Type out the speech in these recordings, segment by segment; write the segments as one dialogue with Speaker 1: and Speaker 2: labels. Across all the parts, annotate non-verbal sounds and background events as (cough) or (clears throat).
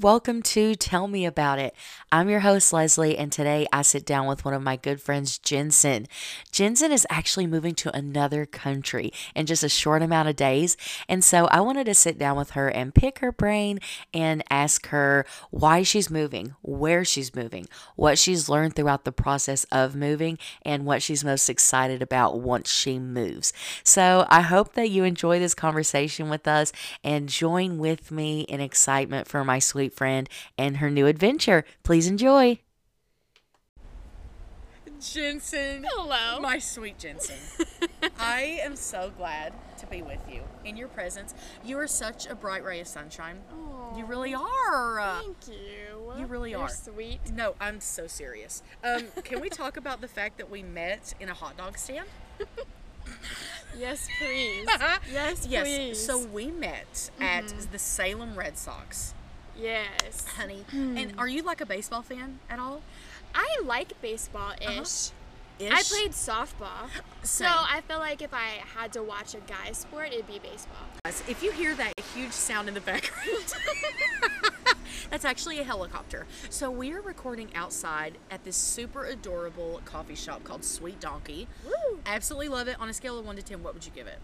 Speaker 1: welcome to Tell Me About It. I'm your host, Leslie, and today I sit down with one of my good friends, Jensen. Jensen is actually moving to another country in just a short amount of days, and so I wanted to sit down with her and pick her brain and ask her why she's moving, where she's moving, what she's learned throughout the process of moving, and what she's most excited about once she moves. So I hope that you enjoy this conversation with us and join with me in excitement for my sweet friend and her new adventure. Please enjoy.
Speaker 2: Jensen.
Speaker 3: Hello.
Speaker 2: My sweet
Speaker 3: (laughs)
Speaker 2: Jensen. I am so glad to be with you in your presence. You are such a bright ray of sunshine. You really are. uh,
Speaker 3: Thank you.
Speaker 2: You really
Speaker 3: You're
Speaker 2: are. (laughs)
Speaker 3: sweet.
Speaker 2: No, I'm so serious. Um, can we talk about the fact that we met in a hot dog stand?
Speaker 3: Yes, please. Uh-huh.
Speaker 2: (laughs)
Speaker 3: yes,
Speaker 2: yes.
Speaker 3: please. Mm-hmm.
Speaker 2: So we met at the Salem Red Sox,
Speaker 3: (laughs) yes,
Speaker 2: honey.
Speaker 3: Hmm.
Speaker 2: And are you like a baseball fan at all?
Speaker 3: I like baseball ish. I
Speaker 2: Ish?
Speaker 3: played softball, so
Speaker 2: Same.
Speaker 3: I feel like if I had to watch a guy sport, it'd be baseball.
Speaker 2: Guys, If you hear that huge sound in the background, (laughs) that's actually a helicopter. So we are recording outside at this super adorable coffee shop called Sweet Donkey.
Speaker 3: Woo.
Speaker 2: Absolutely love it. On a scale of one to ten, what would you give it?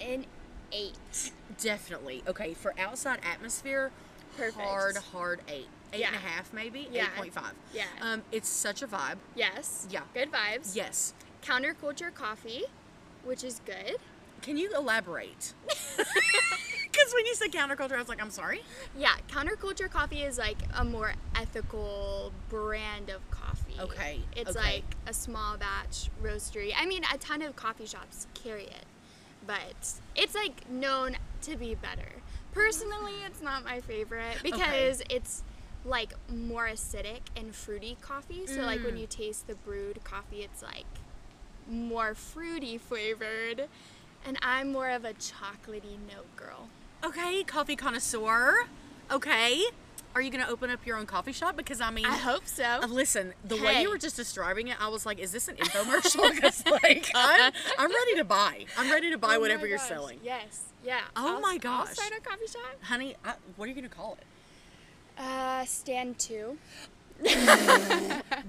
Speaker 3: An eight.
Speaker 2: Definitely. Okay, for outside atmosphere,
Speaker 3: Perfect.
Speaker 2: hard, hard eight. eight and a half
Speaker 3: Yeah.
Speaker 2: maybe?
Speaker 3: Yeah.
Speaker 2: 8.5.
Speaker 3: Yeah.
Speaker 2: Um, it's such a vibe.
Speaker 3: Yes.
Speaker 2: Yeah.
Speaker 3: Good vibes.
Speaker 2: Yes.
Speaker 3: Counterculture coffee, which is good.
Speaker 2: Can you
Speaker 3: (laughs)
Speaker 2: elaborate? (laughs) Because when you said counterculture, I was like, I'm sorry.
Speaker 3: Yeah. Counterculture coffee is like a more ethical brand of coffee.
Speaker 2: Okay,
Speaker 3: It's
Speaker 2: okay.
Speaker 3: like a small batch roastery. I mean, a ton of coffee shops carry it, but it's like known to be better. Personally, it's not my favorite because it's like more acidic and fruity coffee. So like when you taste the brewed coffee, it's like more fruity flavored. And I'm more of a chocolatey note girl.
Speaker 2: Okay, coffee connoisseur. Okay. Are you going to open up your own coffee shop? Because I mean,
Speaker 3: I hope so.
Speaker 2: Uh, Listen, the way
Speaker 3: Hey.
Speaker 2: you were just describing it, I was like, is this
Speaker 3: (laughs)
Speaker 2: an infomercial? Because, like, I'm, I'm ready to buy. I'm ready to buy
Speaker 3: Oh my
Speaker 2: whatever you're
Speaker 3: gosh,
Speaker 2: selling.
Speaker 3: Yes. Yeah.
Speaker 2: Oh my
Speaker 3: I'll
Speaker 2: gosh.
Speaker 3: start a coffee shop.
Speaker 2: Honey, I, what are you going to call it?
Speaker 3: Uh, stand two.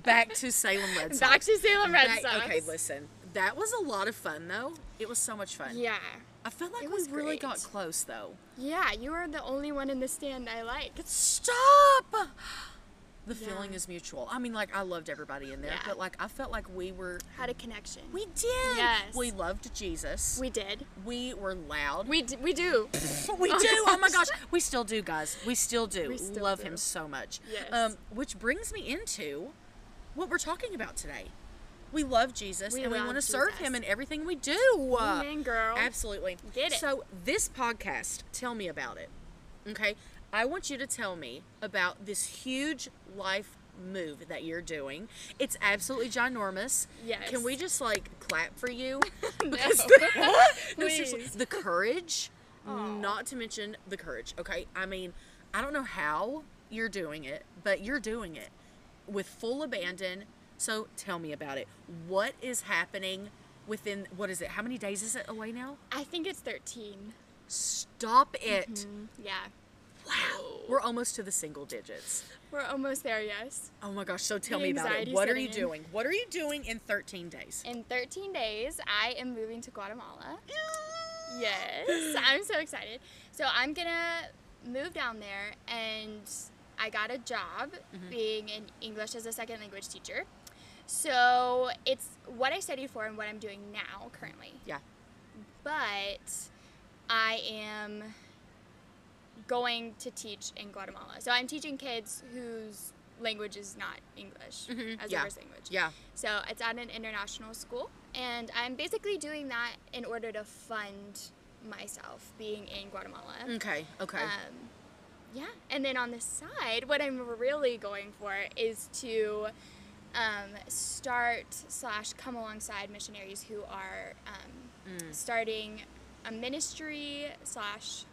Speaker 2: Back to Salem Red Sox.
Speaker 3: Back to Salem Red
Speaker 2: Back-
Speaker 3: Sox.
Speaker 2: Okay, listen. That was a lot of fun, though. It was so much fun.
Speaker 3: Yeah.
Speaker 2: I feel like
Speaker 3: It
Speaker 2: we
Speaker 3: was
Speaker 2: really
Speaker 3: great.
Speaker 2: got close, though.
Speaker 3: Yeah, you are the only one in the stand I like.
Speaker 2: Stop! The
Speaker 3: Yeah.
Speaker 2: feeling is mutual. I mean, like, I loved everybody in there,
Speaker 3: Yeah.
Speaker 2: but, like, I felt like we were.
Speaker 3: Had a connection.
Speaker 2: We did.
Speaker 3: Yes.
Speaker 2: We loved Jesus.
Speaker 3: we did.
Speaker 2: we were loud.
Speaker 3: We d- we (laughs) do.
Speaker 2: But (laughs) we do. Oh my gosh, we still do, guys. We still do.
Speaker 3: We still
Speaker 2: Love
Speaker 3: do.
Speaker 2: him so much.
Speaker 3: Yes.
Speaker 2: Um, which brings me into what we're talking about today. We love Jesus
Speaker 3: We
Speaker 2: and we
Speaker 3: love
Speaker 2: want to serve
Speaker 3: Jesus.
Speaker 2: him in everything we do.
Speaker 3: Amen, girl.
Speaker 2: Absolutely.
Speaker 3: Get it.
Speaker 2: So this podcast, tell me about it. Okay. I want you to tell me about this huge life move that you're doing. It's absolutely ginormous.
Speaker 3: Yes.
Speaker 2: Can we just like clap for
Speaker 3: (laughs)
Speaker 2: you? No, seriously,
Speaker 3: Please.
Speaker 2: the
Speaker 3: (laughs)
Speaker 2: courage, not to mention the courage. Okay, I mean, I don't know how you're doing it, but you're doing it with full abandon. So tell me about it. What is happening within? What is it? How many days is it away now?
Speaker 3: I think it's 13.
Speaker 2: Stop it!
Speaker 3: Yeah.
Speaker 2: Wow, we're almost to the single digits.
Speaker 3: We're almost there, yes.
Speaker 2: Oh my gosh! So tell
Speaker 3: The
Speaker 2: me about it.
Speaker 3: anxiety's
Speaker 2: What are
Speaker 3: setting
Speaker 2: you
Speaker 3: in.
Speaker 2: doing? What are you doing in 13 days?
Speaker 3: In 13 days, I am moving to Guatemala. Yes, I'm so excited. So I'm gonna move down there, and I got a job
Speaker 2: Mm-hmm.
Speaker 3: being an English as a second language teacher. So it's what I studied for and what I'm doing now currently.
Speaker 2: Yeah.
Speaker 3: But I am going to teach in Guatemala. So I'm teaching kids whose language is not English as
Speaker 2: Mm-hmm. Yeah.
Speaker 3: their first language.
Speaker 2: Yeah.
Speaker 3: So it's at an international school, and I'm basically doing that in order to fund myself being in Guatemala.
Speaker 2: Okay. Okay.
Speaker 3: Um, yeah, and then on the side, what I'm really going for is to um, start slash come alongside missionaries who are um,
Speaker 2: Mm.
Speaker 3: starting a ministry slash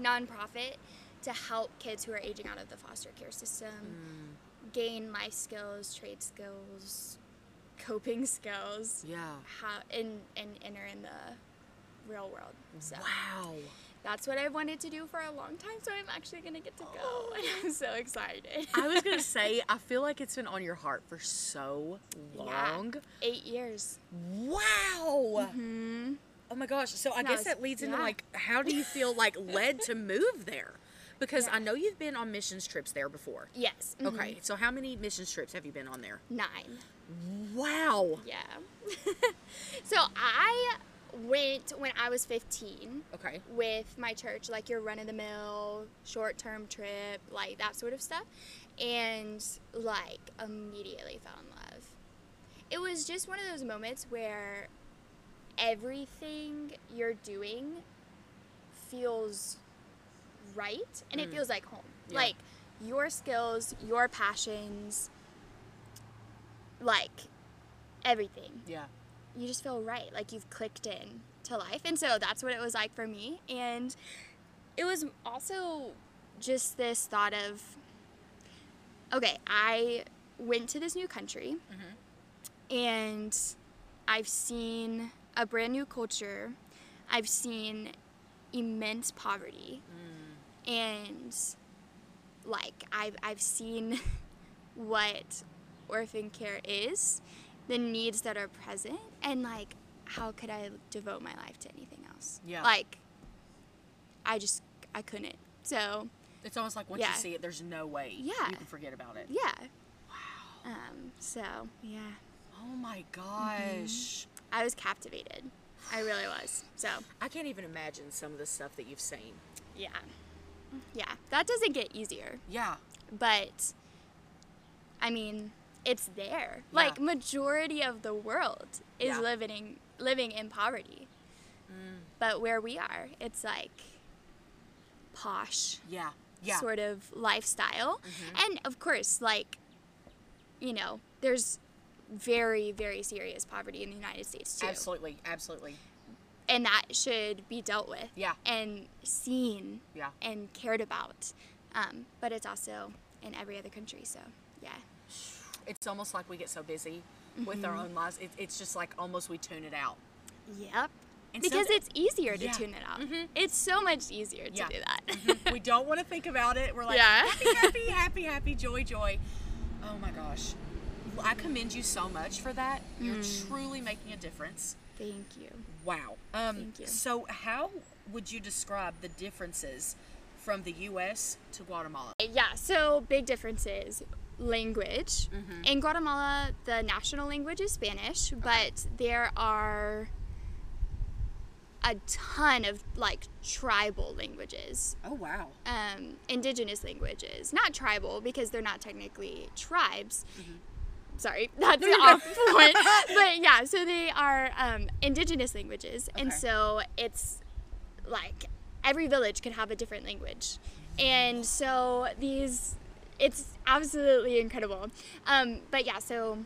Speaker 3: nonprofit to help kids who are aging out of the foster care system
Speaker 2: Mm.
Speaker 3: gain life skills, trade skills, coping skills,
Speaker 2: yeah.
Speaker 3: uh, how and and enter in the real world. So
Speaker 2: Wow.
Speaker 3: that's what I've wanted to do for a long time, so I'm actually gonna get to go. (laughs) And I'm so excited.
Speaker 2: I was gonna say, I feel like it's been on your heart for so
Speaker 3: (laughs) Yeah.
Speaker 2: long.
Speaker 3: Eight years.
Speaker 2: Wow. Oh my gosh. So I
Speaker 3: No,
Speaker 2: guess
Speaker 3: it's-
Speaker 2: that leads into
Speaker 3: yeah.
Speaker 2: like, how do you feel like led to move there? Because I know you've been on missions trips there before.
Speaker 3: Yes. mhm,
Speaker 2: Okay. So how many missions trips have you been on there?
Speaker 3: Nine.
Speaker 2: Wow.
Speaker 3: Yeah. (laughs) so I went when I was 15
Speaker 2: Okay.
Speaker 3: with my church, like your run of the mill, short term trip, like that sort of stuff, and like immediately fell in love. It was just one of those moments where everything you're doing feels right and it feels like home.
Speaker 2: Yeah.
Speaker 3: Like your skills, your passions, like everything
Speaker 2: Yeah.
Speaker 3: you just feel right like you've clicked in to life and so that's what it was like for me and it was also just this thought of okay i went to this new country and i've seen a brand new culture i've seen immense poverty and like I've, I've seen (laughs) what orphan care is the needs that are present and like how could i devote my life to anything else
Speaker 2: Yeah.
Speaker 3: like i just i couldn't so
Speaker 2: It's almost like once
Speaker 3: Yeah.
Speaker 2: you see it, there's no way
Speaker 3: Yeah.
Speaker 2: you can forget about it.
Speaker 3: yeah wow um so yeah
Speaker 2: Oh my gosh.
Speaker 3: i was captivated i really was so
Speaker 2: I can't even imagine some of the stuff that you've seen.
Speaker 3: yeah yeah that doesn't get easier
Speaker 2: Yeah.
Speaker 3: but I mean, it's there.
Speaker 2: Yeah.
Speaker 3: Like majority of the world is
Speaker 2: Yeah. Mm.
Speaker 3: living in, living in poverty. But where we are, it's like posh
Speaker 2: Yeah. Yeah. Mm-hmm.
Speaker 3: sort of lifestyle. And of course, like you know, there's very very serious poverty in the United States too.
Speaker 2: Absolutely. Absolutely.
Speaker 3: And that should be dealt with
Speaker 2: Yeah.
Speaker 3: and seen
Speaker 2: Yeah.
Speaker 3: and cared about. Um, but it's also in every other country, so yeah.
Speaker 2: It's almost like we get so busy with
Speaker 3: Mm-hmm.
Speaker 2: our own lives. It, it's just like almost we tune it out.
Speaker 3: Yep.
Speaker 2: And so
Speaker 3: because
Speaker 2: th-
Speaker 3: it's easier to
Speaker 2: Yeah. Mm-hmm.
Speaker 3: tune it out. It's so much easier to
Speaker 2: Yeah. Mm-hmm.
Speaker 3: do that.
Speaker 2: we don't want to think about it. We're like
Speaker 3: Yeah.
Speaker 2: happy, happy, happy, happy, joy, joy. Oh my gosh. Well, I commend you so much for that. You're
Speaker 3: Mm.
Speaker 2: truly making a difference.
Speaker 3: (laughs) Thank you.
Speaker 2: Wow. Um,
Speaker 3: Thank you.
Speaker 2: So, how would you describe the differences from the U.S. to Guatemala?
Speaker 3: Yeah, so big differences. Language. In Guatemala, the national language is Spanish, but there are a ton of like tribal languages,
Speaker 2: Oh wow.
Speaker 3: um, indigenous languages. Not tribal because they're not technically tribes, sorry, (laughs) that's the off point. But yeah, so they are um, indigenous languages, and
Speaker 2: Okay.
Speaker 3: so it's like every village could have a different language, and so these, it's absolutely incredible. Um, but yeah, so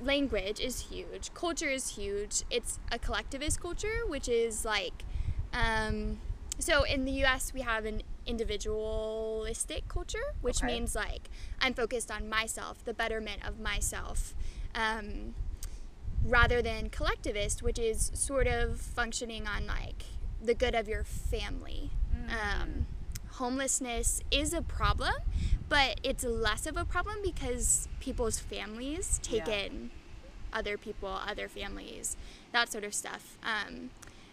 Speaker 3: language is huge, culture is huge. It's a collectivist culture, which is like, um, so in the U.S. we have an individualistic culture, which
Speaker 2: Okay.
Speaker 3: means like I'm focused on myself, the betterment of myself, um, rather than collectivist, which is sort of functioning on like the good of your family. Um, homelessness is a problem, but it's less of a problem because people's families take
Speaker 2: Yeah.
Speaker 3: in other people, other families, that sort of stuff. Um,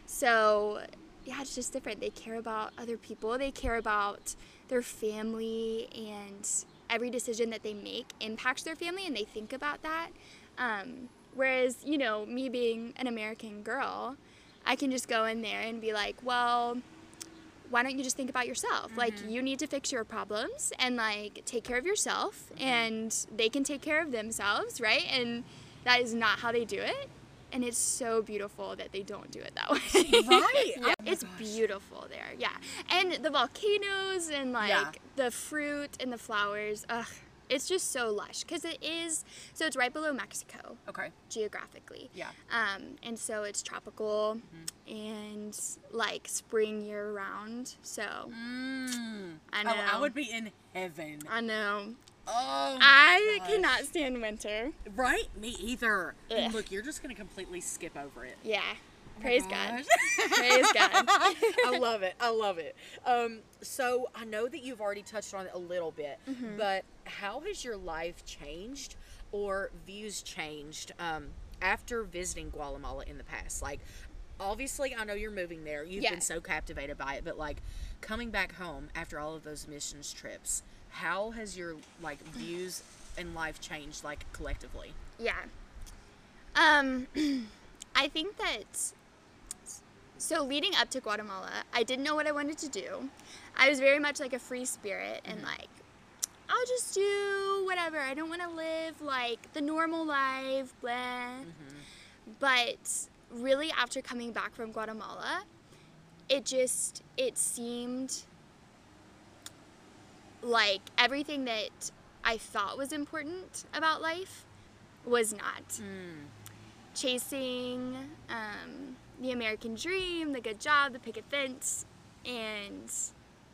Speaker 3: so, yeah, it's just different. They care about other people, they care about their family, and every decision that they make impacts their family, and they think about that. Um, whereas, you know, me being an American girl, I can just go in there and be like, well, why don't you just think about yourself? Like, you need to fix your problems and like take care of yourself, and they can take care of themselves, right? And that is not how they do it. And it's so beautiful that they don't do it that (laughs) way.
Speaker 2: (laughs) Right.
Speaker 3: (laughs) Yeah, it's beautiful there. Yeah. And the volcanoes and like
Speaker 2: Yeah.
Speaker 3: the fruit and the flowers. Ugh. It's just so lush because it is. So it's right below Mexico
Speaker 2: Okay.
Speaker 3: geographically.
Speaker 2: Yeah. Mm-hmm.
Speaker 3: Um, and so it's tropical and like spring year round. So
Speaker 2: Mm.
Speaker 3: I
Speaker 2: Oh, I
Speaker 3: know.
Speaker 2: would be in heaven.
Speaker 3: I know.
Speaker 2: Oh.
Speaker 3: I
Speaker 2: gosh.
Speaker 3: cannot stand winter.
Speaker 2: Right? Me either. And
Speaker 3: Ugh.
Speaker 2: look, you're just gonna completely skip over it.
Speaker 3: Yeah. Praise God. Praise
Speaker 2: (laughs)
Speaker 3: God.
Speaker 2: I love it. I love it. Um, so I know that you've already touched on it a little bit, but how has your life changed or views changed um, after visiting Guatemala in the past? Like, obviously, I know you're moving there. You've
Speaker 3: Yeah.
Speaker 2: been so captivated by it, but like coming back home after all of those missions trips, how has your like views and life changed like collectively?
Speaker 3: Yeah. Um, (clears throat) I think that. So leading up to Guatemala, I didn't know what I wanted to do. I was very much like a free spirit and like, I'll just do whatever. I don't want to live like the normal life, blah. But really, after coming back from Guatemala, it just it seemed like everything that I thought was important about life was not. Chasing um, the American dream, the good job, the picket fence, and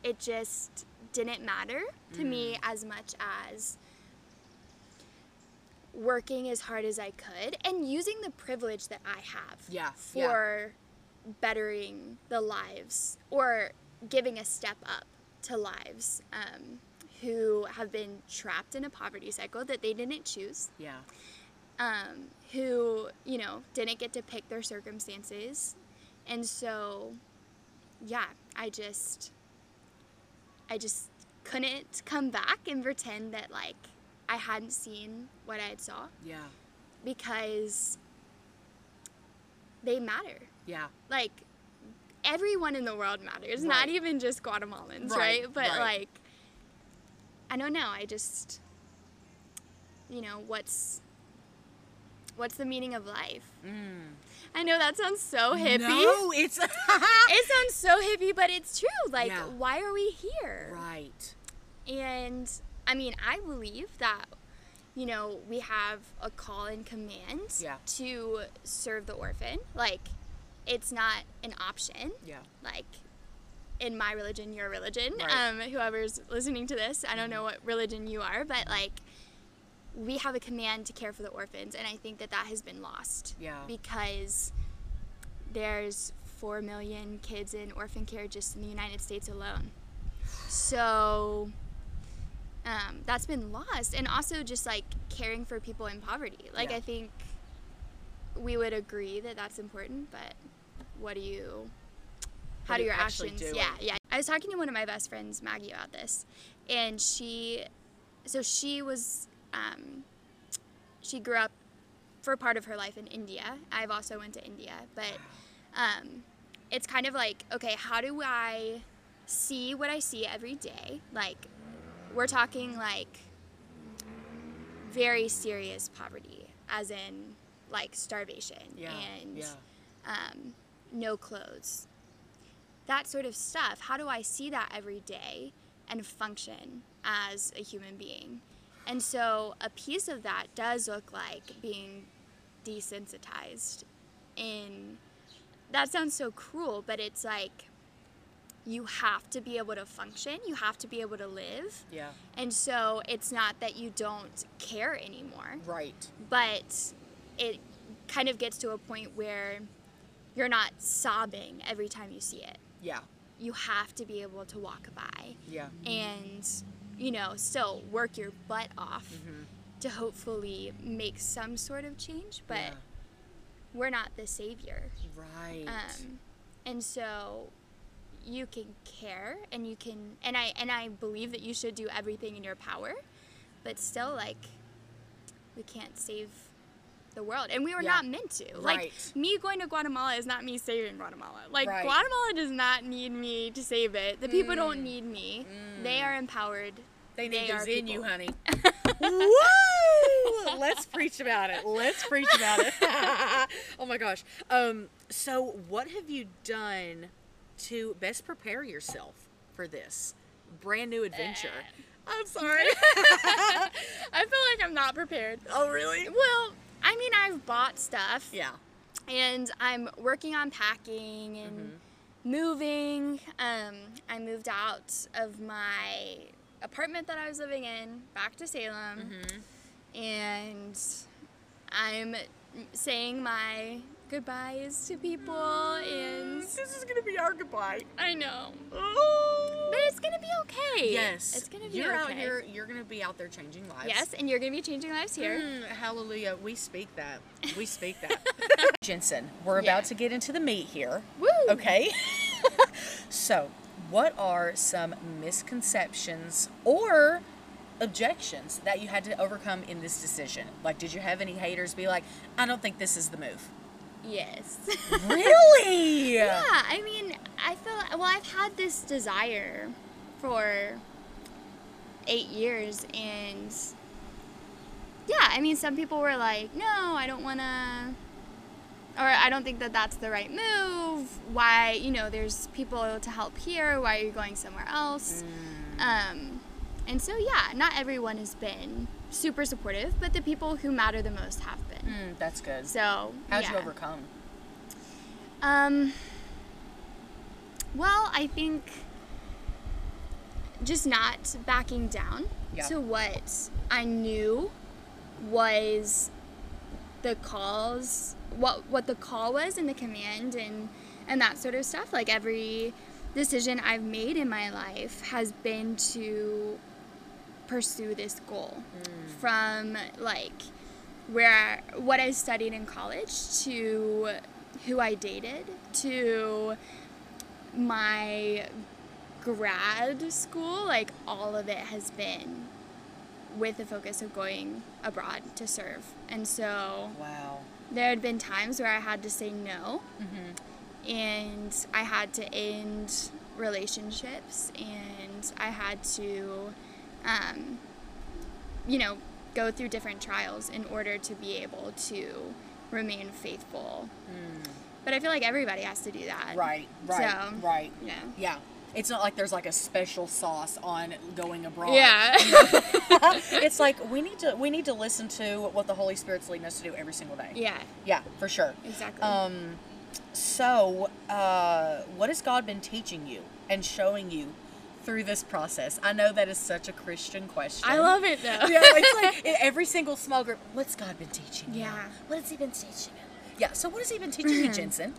Speaker 3: it just didn't matter to me as much as working as hard as I could and using the privilege that I have
Speaker 2: Yeah, yeah.
Speaker 3: for bettering the lives or giving a step up to lives um, who have been trapped in a poverty cycle that they didn't choose
Speaker 2: Yeah.
Speaker 3: um, who you know didn't get to pick their circumstances and so yeah i just i just couldn't come back and pretend that like i hadn't seen what i had saw
Speaker 2: Yeah.
Speaker 3: because they matter
Speaker 2: Yeah.
Speaker 3: like everyone in the world matters
Speaker 2: Right.
Speaker 3: not even just guatemalans
Speaker 2: Right,
Speaker 3: right, but
Speaker 2: right.
Speaker 3: like i don't know i just you know what's what's the meaning of life i know that sounds so hippie
Speaker 2: Mm. No, it's (laughs)
Speaker 3: (laughs) it sounds so hippie but it's true like
Speaker 2: Yeah.
Speaker 3: why are we here
Speaker 2: right.
Speaker 3: and I mean, I believe that, you know, we have a call and command
Speaker 2: Yeah.
Speaker 3: to serve the orphan. Like, it's not an option.
Speaker 2: Yeah.
Speaker 3: Like, in my religion, your religion,
Speaker 2: Right. Mm-hmm.
Speaker 3: um, whoever's listening to this, I don't know what religion you are, but like, we have a command to care for the orphans, and I think that that has been lost.
Speaker 2: Yeah.
Speaker 3: Because there's four million kids in orphan care just in the United States alone. So um, that's been lost, and also just like caring for people in poverty. Like
Speaker 2: Yeah.
Speaker 3: I think we would agree that that's important, but what do you? How
Speaker 2: What
Speaker 3: do
Speaker 2: do you
Speaker 3: your
Speaker 2: actually
Speaker 3: actions?
Speaker 2: do
Speaker 3: Yeah,
Speaker 2: it?
Speaker 3: yeah. I was talking to one of my best friends, Maggie, about this, and she, so she was, um, she grew up for part of her life in India. I've also went to India, but um, it's kind of like okay, how do I see what I see every day? Like we're talking like very serious poverty, as in like starvation
Speaker 2: Yeah.
Speaker 3: and
Speaker 2: yeah.
Speaker 3: um, no clothes, that sort of stuff. How do I see that every day and function as a human being? And so a piece of that does look like being desensitized in that sounds so cruel, but it's like you have to be able to function, you have to be able to live.
Speaker 2: Yeah.
Speaker 3: And so it's not that you don't care anymore
Speaker 2: Right.
Speaker 3: but it kind of gets to a point where you're not sobbing every time you see it.
Speaker 2: Yeah.
Speaker 3: You have to be able to walk by
Speaker 2: Yeah.
Speaker 3: and, you know, still work your butt off to hopefully make some sort of change, but
Speaker 2: Yeah.
Speaker 3: we're not the savior.
Speaker 2: Right.
Speaker 3: Um, and so you can care and you can and I and I believe that you should do everything in your power, but still like we can't save the world and we were
Speaker 2: Yeah.
Speaker 3: not meant to. Like
Speaker 2: Right.
Speaker 3: me going to Guatemala is not me saving Guatemala. Like
Speaker 2: Right. Mm.
Speaker 3: Guatemala does not need me to save it. The people don't need me. They are empowered.
Speaker 2: they need
Speaker 3: they
Speaker 2: those
Speaker 3: are
Speaker 2: in you,
Speaker 3: people. (laughs)
Speaker 2: honey. Woo! Let's preach about it. Let's preach about it. (laughs) oh my gosh. Um, so what have you done to best prepare yourself for this brand new adventure?
Speaker 3: Uh, (laughs)
Speaker 2: I'm sorry.
Speaker 3: I feel like I'm not prepared.
Speaker 2: oh really?
Speaker 3: Well, I mean I've bought stuff.
Speaker 2: Yeah.
Speaker 3: and I'm working on packing and
Speaker 2: Mm-hmm.
Speaker 3: moving. Um, I moved out of my apartment that I was living in back to
Speaker 2: Mm-hmm.
Speaker 3: Salem, and I'm saying my goodbyes to people and
Speaker 2: This is gonna be our goodbye.
Speaker 3: I know.
Speaker 2: Oh.
Speaker 3: But it's gonna be okay.
Speaker 2: Yes.
Speaker 3: It's gonna be
Speaker 2: you're
Speaker 3: okay.
Speaker 2: out here. You're gonna be out there changing lives.
Speaker 3: Yes, and you're gonna be changing lives here.
Speaker 2: Mm, hallelujah. We speak that. We speak (laughs) that. Jensen, we're
Speaker 3: Yeah.
Speaker 2: about to get into the meat here.
Speaker 3: Woo!
Speaker 2: Mm-hmm. Okay. (laughs) so, what are some misconceptions or objections that you had to overcome in this decision? Like, did you have any haters be like, I don't think this is the move?
Speaker 3: Yes. (laughs)
Speaker 2: (laughs) really?
Speaker 3: yeah, I mean, I feel well, I've had this desire for eight years, and yeah, I mean, some people were like, no, I don't want to. Or I don't think that that's the right move. Why, you know, there's people to help here. Why are you going somewhere else?
Speaker 2: Mm.
Speaker 3: Um, and so, yeah, not everyone has been super supportive, but the people who matter the most have been.
Speaker 2: Mm, that's good.
Speaker 3: So,
Speaker 2: How'd
Speaker 3: yeah.
Speaker 2: you overcome?
Speaker 3: Um, well, I think just not backing down
Speaker 2: Yeah.
Speaker 3: to what I knew was the calls, what what the call was and the command and and that sort of stuff. Like every decision I've made in my life has been to pursue this goal from like where what I studied in college to who I dated to my grad school like all of it has been with the focus of going abroad to serve and so
Speaker 2: Wow.
Speaker 3: there had been times where I had to say no,
Speaker 2: Mm-hmm.
Speaker 3: and I had to end relationships, and I had to, um, you know, go through different trials in order to be able to remain faithful. But I feel like everybody has to do that.
Speaker 2: Hmm. Right, right,
Speaker 3: So,
Speaker 2: right.
Speaker 3: Yeah.
Speaker 2: Yeah. It's not like there's like a special sauce on going abroad.
Speaker 3: Yeah.
Speaker 2: it's like we need to we need to listen to what the Holy Spirit's leading us to do every single day.
Speaker 3: (laughs) yeah.
Speaker 2: Yeah, for sure.
Speaker 3: Exactly.
Speaker 2: Um, so uh, what has God been teaching you and showing you through this process? I know that is such a Christian question.
Speaker 3: I
Speaker 2: (laughs)
Speaker 3: love it though.
Speaker 2: Yeah, it's like in every single small group. What's God been teaching? you?
Speaker 3: Yeah. Mm-hmm.
Speaker 2: What has He been teaching? you? Yeah. So what has He been teaching you, Jensen?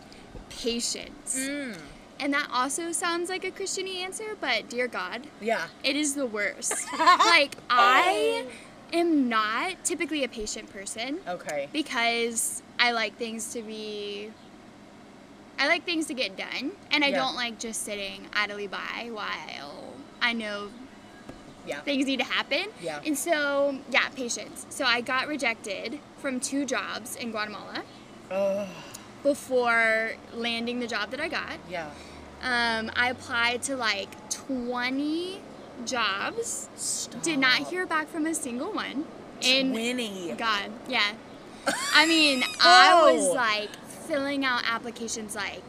Speaker 3: Patience.
Speaker 2: Hmm.
Speaker 3: And that also sounds like a Christiany answer, but dear God,
Speaker 2: Yeah.
Speaker 3: It is the
Speaker 2: (laughs)
Speaker 3: worst. like I am not typically a patient person
Speaker 2: Okay.
Speaker 3: because I like things to be I like things to get done and I
Speaker 2: Yeah.
Speaker 3: don't like just sitting idly by while I know
Speaker 2: Yeah.
Speaker 3: things need to happen.
Speaker 2: Yeah.
Speaker 3: And so, yeah, patience. So I got rejected from two jobs in Guatemala
Speaker 2: Ugh.
Speaker 3: before landing the job that I got.
Speaker 2: Yeah.
Speaker 3: Um, I applied to like 20 jobs
Speaker 2: Stop.
Speaker 3: Did not hear back from a single one. And
Speaker 2: Winnie.
Speaker 3: God, yeah. I mean,
Speaker 2: (laughs)
Speaker 3: I was
Speaker 2: Oh.
Speaker 3: like filling out applications like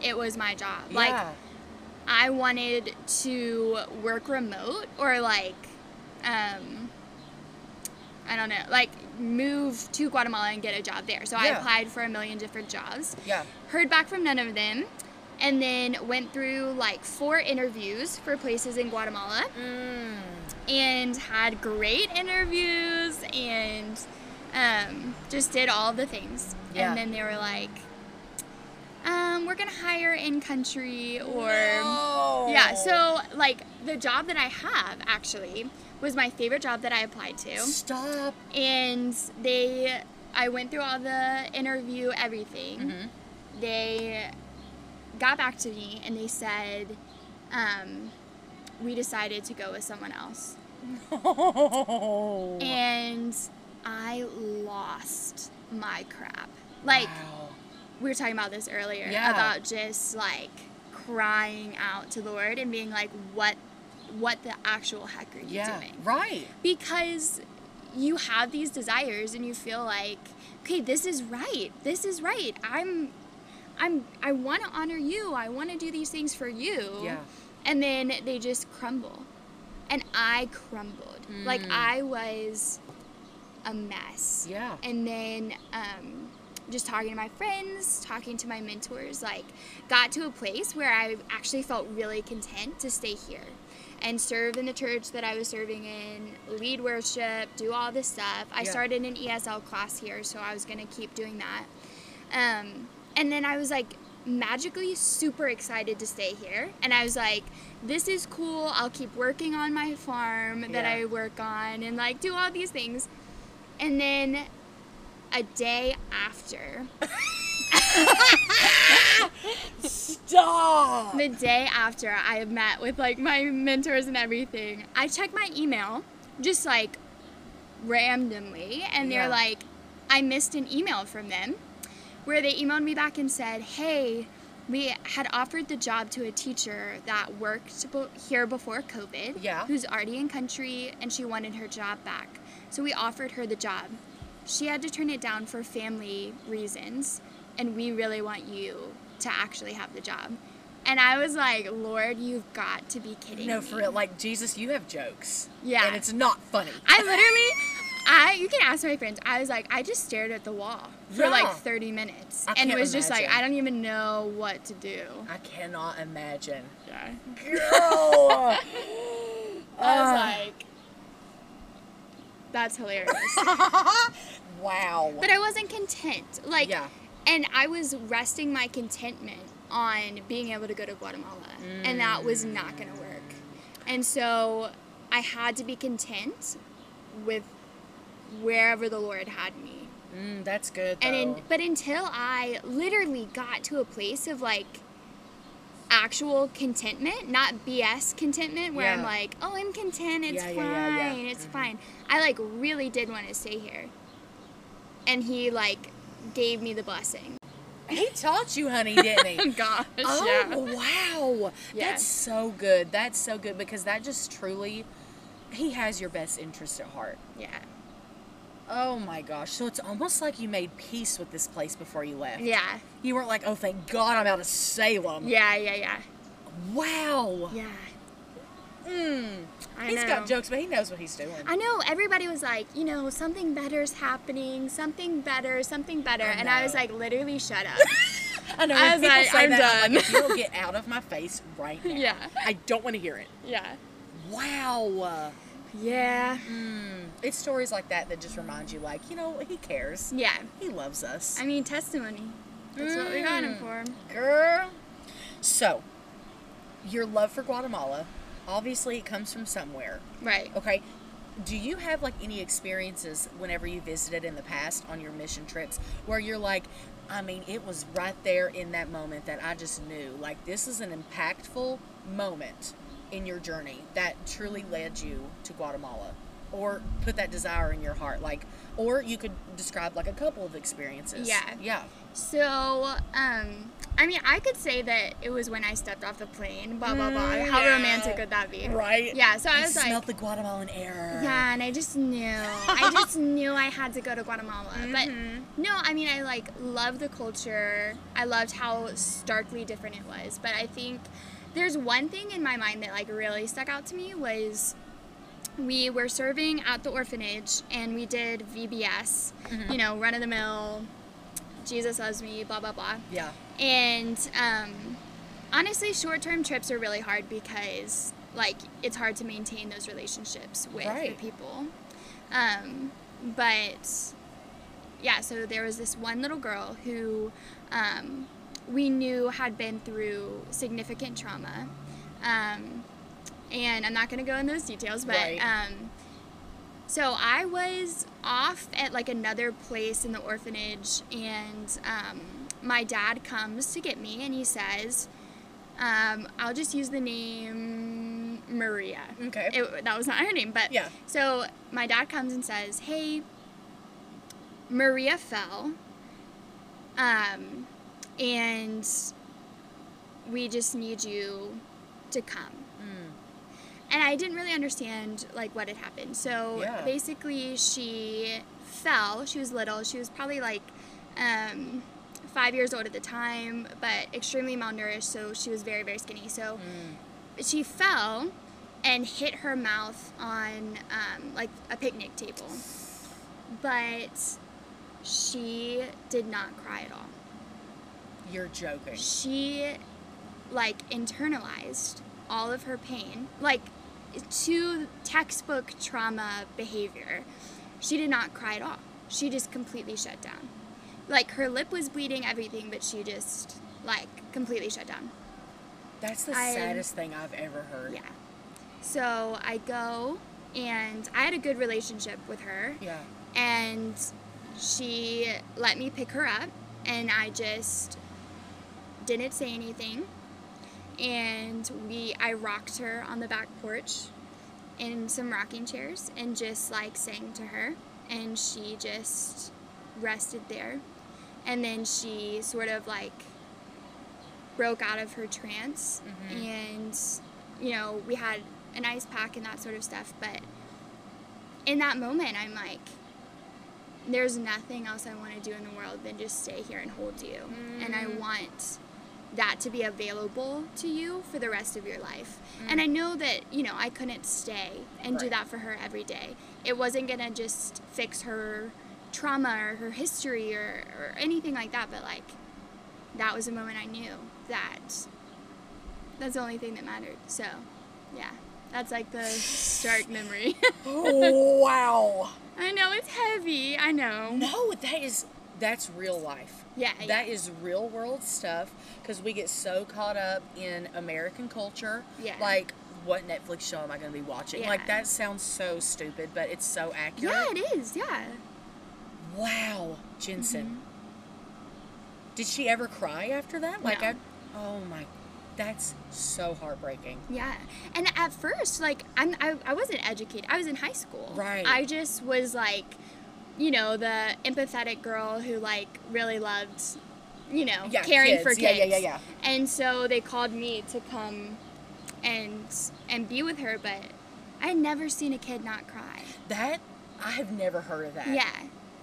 Speaker 3: it was my job. Like
Speaker 2: yeah.
Speaker 3: I wanted to work remote or like um I don't know, like move to Guatemala and get a job there. So I
Speaker 2: Yeah.
Speaker 3: applied for a million different jobs
Speaker 2: Yeah.
Speaker 3: heard back from none of them and then went through like four interviews for places in Guatemala Mm. and had great interviews and um, just did all the things.
Speaker 2: Yeah.
Speaker 3: And then they were like, um, we're gonna hire in country or yeah. So like the job that I have actually was my favorite job that I applied to
Speaker 2: Stop.
Speaker 3: and they i went through all the interview everything they got back to me and they said um, we decided to go with someone else
Speaker 2: Oh.
Speaker 3: and i lost my crap like
Speaker 2: Wow.
Speaker 3: we were talking about this earlier
Speaker 2: Yeah.
Speaker 3: about just like crying out to the lord and being like what what the actual heck are you
Speaker 2: Yeah.
Speaker 3: doing
Speaker 2: Right.
Speaker 3: because you have these desires and you feel like okay this is right this is right i'm i'm i want to honor you i want to do these things for you
Speaker 2: Yeah.
Speaker 3: and then they just crumble and i crumbled like i was a mess
Speaker 2: Mm. Yeah.
Speaker 3: and then um, just talking to my friends, talking to my mentors, like got to a place where I actually felt really content to stay here and serve in the church that I was serving in, lead worship, do all this stuff. I E
Speaker 2: Yeah.
Speaker 3: started an ESL class here, so I was gonna keep doing that. Um, and then I was like magically super excited to stay here. And I was like, this is cool. I'll keep working on my farm that
Speaker 2: Yeah.
Speaker 3: I work on and like do all these things. And then a day after,
Speaker 2: Stop.
Speaker 3: the day after I met with like my mentors and everything, I checked my email just like randomly, and they're
Speaker 2: Yeah.
Speaker 3: like, I missed an email from them where they emailed me back and said, Hey, we had offered the job to a teacher that worked bo- here before COVID,
Speaker 2: Yeah.
Speaker 3: who's already in country, and she wanted her job back. So we offered her the job. She had to turn it down for family reasons, and we really want you to actually have the job. And I was like, Lord, you've got to be kidding
Speaker 2: No,
Speaker 3: me.
Speaker 2: for real. Like Jesus, you have jokes.
Speaker 3: Yeah.
Speaker 2: And it's not funny.
Speaker 3: I literally, I you can ask my friends. I was like, I just stared at the wall for like
Speaker 2: Yeah.
Speaker 3: 30 minutes,
Speaker 2: I
Speaker 3: and
Speaker 2: can't
Speaker 3: was just like,
Speaker 2: imagine.
Speaker 3: I don't even know what to do.
Speaker 2: I cannot imagine.
Speaker 3: Yeah.
Speaker 2: Girl.
Speaker 3: I was like, that's hilarious.
Speaker 2: (laughs) wow.
Speaker 3: but I wasn't content. Like,
Speaker 2: Yeah.
Speaker 3: and I was resting my contentment on being able to go to Guatemala, and that was not gonna work. And so I had to be content with wherever the Lord had me.
Speaker 2: Mm, that's good. Though.
Speaker 3: and in, but until I literally got to a place of like actual contentment, not BS contentment, where I'm
Speaker 2: Yeah.
Speaker 3: like, oh, I'm content, it's
Speaker 2: Yeah,
Speaker 3: fine,
Speaker 2: yeah, yeah, yeah. Mm-hmm.
Speaker 3: it's fine. I like really did want to stay here, and he like gave me the blessing.
Speaker 2: he taught you, honey, didn't he?
Speaker 3: Gosh,
Speaker 2: (laughs) Oh
Speaker 3: (laughs) yeah.
Speaker 2: wow,
Speaker 3: Yeah.
Speaker 2: that's so good. That's so good because that just truly, he has your best interest at heart.
Speaker 3: yeah,
Speaker 2: Oh my gosh! So it's almost like you made peace with this place before you left.
Speaker 3: yeah,
Speaker 2: You weren't like, oh thank God I'm out of Salem.
Speaker 3: yeah, yeah, yeah,
Speaker 2: Wow.
Speaker 3: yeah.
Speaker 2: Mm.
Speaker 3: Hmm. I
Speaker 2: He's
Speaker 3: know.
Speaker 2: got jokes, but he knows what he's doing.
Speaker 3: I know everybody was like, you know, something better's happening, something better, something better, and I was
Speaker 2: know.
Speaker 3: like, literally,
Speaker 2: (laughs)
Speaker 3: shut up.
Speaker 2: I know.
Speaker 3: I
Speaker 2: When
Speaker 3: was
Speaker 2: people
Speaker 3: like,
Speaker 2: say
Speaker 3: I'm
Speaker 2: that, I'm like,
Speaker 3: done.
Speaker 2: if
Speaker 3: (laughs)
Speaker 2: you'll get out of my face right now.
Speaker 3: Yeah.
Speaker 2: I don't want to hear it.
Speaker 3: yeah.
Speaker 2: Wow.
Speaker 3: Yeah.
Speaker 2: Mm. It's stories like that that just remind you, like, you know, he cares.
Speaker 3: Yeah.
Speaker 2: He loves us.
Speaker 3: I mean, testimony. That's what we got him
Speaker 2: Mm.
Speaker 3: for.
Speaker 2: Girl. So, your love for Guatemala, obviously it comes from somewhere.
Speaker 3: Right.
Speaker 2: Okay. Do you have like any experiences whenever you visited in the past on your mission trips where you're like, I mean, it was right there in that moment that I just knew like this is an impactful moment in your journey that truly led you to Guatemala or put that desire in your heart like or you could describe like a couple of experiences.
Speaker 3: Yeah.
Speaker 2: Yeah.
Speaker 3: So, um, I mean, I could say that it was when I stepped off the plane, blah, blah, blah.
Speaker 2: Mm,
Speaker 3: How
Speaker 2: yeah.
Speaker 3: romantic would that be?
Speaker 2: Right?
Speaker 3: Yeah, so I
Speaker 2: You
Speaker 3: was like,
Speaker 2: smelled the Guatemalan air.
Speaker 3: yeah, and I just knew. I just knew I had to go to Guatemala. But no, I mean, I like love the culture. I loved how starkly different it was. But I think there's one thing in my mind that like really stuck out to me was we were serving at the orphanage and we did VBS, you know, run of the mill, Jesus loves me, blah, blah, blah.
Speaker 2: Yeah.
Speaker 3: And um, honestly, short term trips are really hard because, like, it's hard to maintain those relationships with
Speaker 2: Right.
Speaker 3: the people. Um, but yeah, so there was this one little girl who um, we knew had been through significant trauma. Um, and I'm not going to go in those details, but.
Speaker 2: Right.
Speaker 3: Um, so I was off at like another place in the orphanage, and um, my dad comes to get me, and he says, um, "I'll just use the name Maria."
Speaker 2: Okay.
Speaker 3: It, that was not her name, but
Speaker 2: Yeah.
Speaker 3: So my dad comes and says, "Hey, Maria fell, um, and we just need you to come." and I didn't really understand like what had happened. So
Speaker 2: Yeah.
Speaker 3: basically, she fell. She was little. She was probably like um, five years old at the time, but extremely malnourished. So she was very very skinny. So she fell and hit her mouth on um, like a picnic table, but she did not cry at all
Speaker 2: You're joking.
Speaker 3: she like internalized all of her pain like to textbook trauma behavior she did not cry at all she just completely shut down like her lip was bleeding, everything, but she just like completely shut down.
Speaker 2: That's the
Speaker 3: I-
Speaker 2: saddest thing I've ever heard.
Speaker 3: Yeah. So I go and I had a good relationship with her
Speaker 2: Yeah.
Speaker 3: and she let me pick her up and I just didn't say anything and we I rocked her on the back porch in some rocking chairs and just like sang to her and she just rested there and then she sort of like broke out of her trance and you know we had an ice pack and that sort of stuff but in that moment i'm like there's nothing else i want to do in the world than just stay here and hold you and
Speaker 2: Mm.
Speaker 3: i want that to be available to you for the rest of your life and i know that you know i couldn't stay and do
Speaker 2: Mm. Right.
Speaker 3: that for her every day it wasn't going to just fix her trauma or her history or, or anything like that but like that was a moment I knew that that's the only thing that mattered. So, yeah, that's
Speaker 2: (laughs)
Speaker 3: like the stark memory. (laughs)
Speaker 2: wow.
Speaker 3: I know it's heavy. I know.
Speaker 2: No, that is that's real life.
Speaker 3: Yeah,
Speaker 2: That
Speaker 3: yeah.
Speaker 2: is real world stuff because we get so caught up in American culture.
Speaker 3: Yeah.
Speaker 2: Like, what Netflix show am I going to be watching?
Speaker 3: Yeah.
Speaker 2: Like, that sounds so stupid, but it's so accurate.
Speaker 3: Yeah, it is. Yeah.
Speaker 2: Wow, Jensen. Did she ever cry after that? Like,
Speaker 3: Mm-hmm. No.
Speaker 2: I, oh my, that's so heartbreaking.
Speaker 3: Yeah. And at first, like, I'm, I, I wasn't educated. I was in high school.
Speaker 2: Right.
Speaker 3: I just was like, you know, the empathetic girl who, like, really loved, you know,
Speaker 2: Yeah,
Speaker 3: caring for
Speaker 2: kids. Yeah,
Speaker 3: kids.
Speaker 2: yeah, yeah, yeah.
Speaker 3: And so they called me to come and and be with her, but I had never seen a kid not cry.
Speaker 2: That I have never heard of that.
Speaker 3: Yeah.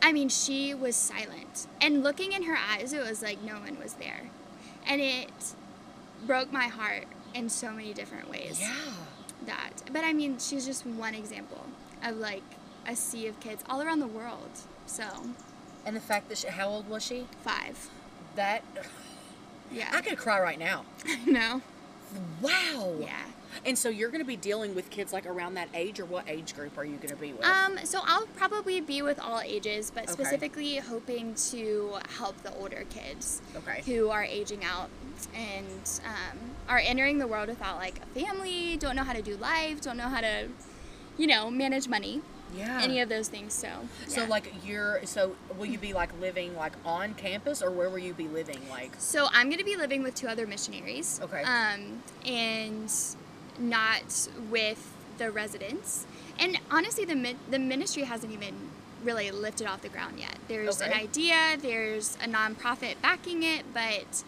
Speaker 3: I mean, she was silent. And looking in her eyes, it was like no one was there. And it broke my heart in so many different ways.
Speaker 2: Yeah.
Speaker 3: That. But I mean, she's just one example of like a sea of kids all around the world. So,
Speaker 2: And the fact that she, how old was she?
Speaker 3: five.
Speaker 2: That
Speaker 3: Yeah.
Speaker 2: I could cry right now.
Speaker 3: (laughs) no.
Speaker 2: Wow.
Speaker 3: Yeah.
Speaker 2: And so you're going to be dealing with kids like around that age, or what age group are you going to be with?
Speaker 3: Um, so I'll probably be with all ages, but
Speaker 2: Okay.
Speaker 3: specifically hoping to help the older kids
Speaker 2: Okay.
Speaker 3: who are aging out and um, are entering the world without like a family, don't know how to do life, don't know how to, you know, manage money,
Speaker 2: yeah.
Speaker 3: any of those things. So,
Speaker 2: so
Speaker 3: yeah.
Speaker 2: like you're so will you be like living like on campus or where will you be living like?
Speaker 3: So I'm going to be living with two other missionaries.
Speaker 2: Okay.
Speaker 3: Um, and not with the residents. And honestly, the mi- the ministry hasn't even really lifted off the ground yet. There's an
Speaker 2: Okay.
Speaker 3: idea, there's a nonprofit backing it, but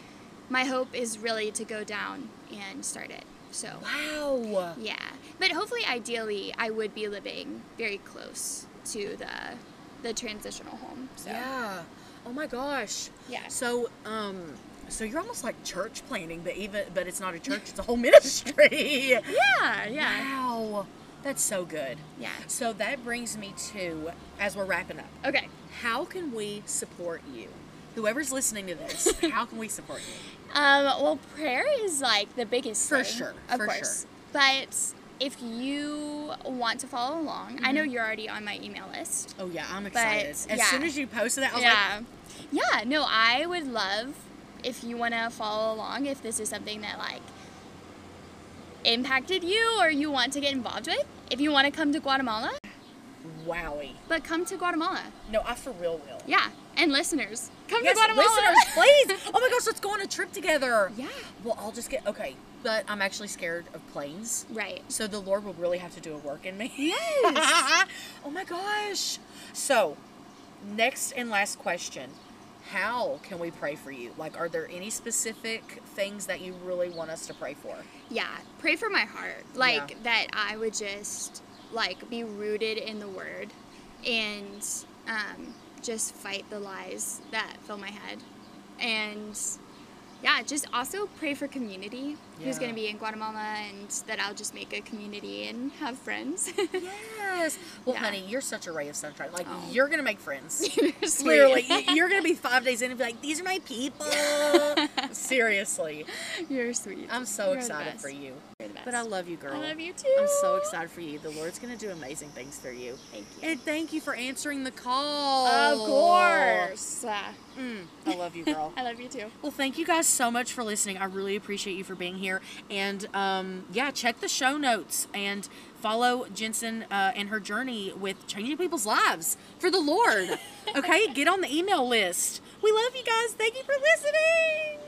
Speaker 3: my hope is really to go down and start it. So
Speaker 2: Wow.
Speaker 3: yeah, but hopefully, ideally, I would be living very close to the the transitional home. So
Speaker 2: Yeah. Oh my gosh.
Speaker 3: Yeah.
Speaker 2: So um so you're almost like church planning, but even but it's not a church, it's a whole (laughs) ministry.
Speaker 3: yeah, yeah,
Speaker 2: Wow. That's so good.
Speaker 3: Yeah.
Speaker 2: So that brings me to as we're wrapping up.
Speaker 3: okay.
Speaker 2: How can we support you? Whoever's listening to this, (laughs) how can we support you?
Speaker 3: Um, well, prayer is like the biggest
Speaker 2: For
Speaker 3: thing,
Speaker 2: sure,
Speaker 3: of
Speaker 2: for
Speaker 3: course.
Speaker 2: sure.
Speaker 3: But if you want to follow along, I
Speaker 2: Mm-hmm.
Speaker 3: know you're already on my email list.
Speaker 2: Oh yeah, I'm excited. as
Speaker 3: yeah.
Speaker 2: soon as you posted that, I was
Speaker 3: yeah, yeah. No, I would love if you want to follow along. If this is something that like impacted you or you want to get involved with, if you want to come to Guatemala,
Speaker 2: like, wowie.
Speaker 3: but come to Guatemala.
Speaker 2: No, I for real will.
Speaker 3: Yeah, and listeners, come
Speaker 2: Yes,
Speaker 3: to Guatemala.
Speaker 2: listeners, (laughs) please. Oh my gosh, let's go on a trip together.
Speaker 3: Yeah.
Speaker 2: Well, I'll just get okay, but I'm actually scared of planes.
Speaker 3: (laughs) right.
Speaker 2: So the Lord will really have to do a work in me.
Speaker 3: Yes.
Speaker 2: (laughs) oh my gosh. So, next and last question. How can we pray for you? Like, are there any specific things that you really want us to pray for?
Speaker 3: yeah pray for my heart like
Speaker 2: Yeah.
Speaker 3: that i would just like be rooted in the word and um, just fight the lies that fill my head and yeah just also pray for community who's
Speaker 2: Yeah.
Speaker 3: going to be in guatemala and that i'll just make a community and have friends (laughs)
Speaker 2: Yes. Well,
Speaker 3: Yeah.
Speaker 2: honey, you're such a ray of sunshine. Like,
Speaker 3: Oh.
Speaker 2: you're going to make (laughs) friends.
Speaker 3: Seriously.
Speaker 2: Literally, y- you're going to be five days in and be like, these are my people. Seriously. (laughs)
Speaker 3: you're sweet
Speaker 2: I'm so
Speaker 3: (laughs) You're the
Speaker 2: excited for
Speaker 3: best.
Speaker 2: you.
Speaker 3: You're the best.
Speaker 2: But I love you, girl.
Speaker 3: I love you too.
Speaker 2: I'm so excited for you. The Lord's going to do amazing things through you.
Speaker 3: Thank you.
Speaker 2: And thank you for answering the call.
Speaker 3: Of course.
Speaker 2: Mm, I love you, (laughs) girl.
Speaker 3: I love you too.
Speaker 2: Well, thank you guys so much for listening. I really appreciate you for being here. And um, yeah, check the show notes and follow Jensen uh, and her journey with changing people's lives for the Lord. Okay, get on the email list. We love you guys. Thank you for listening.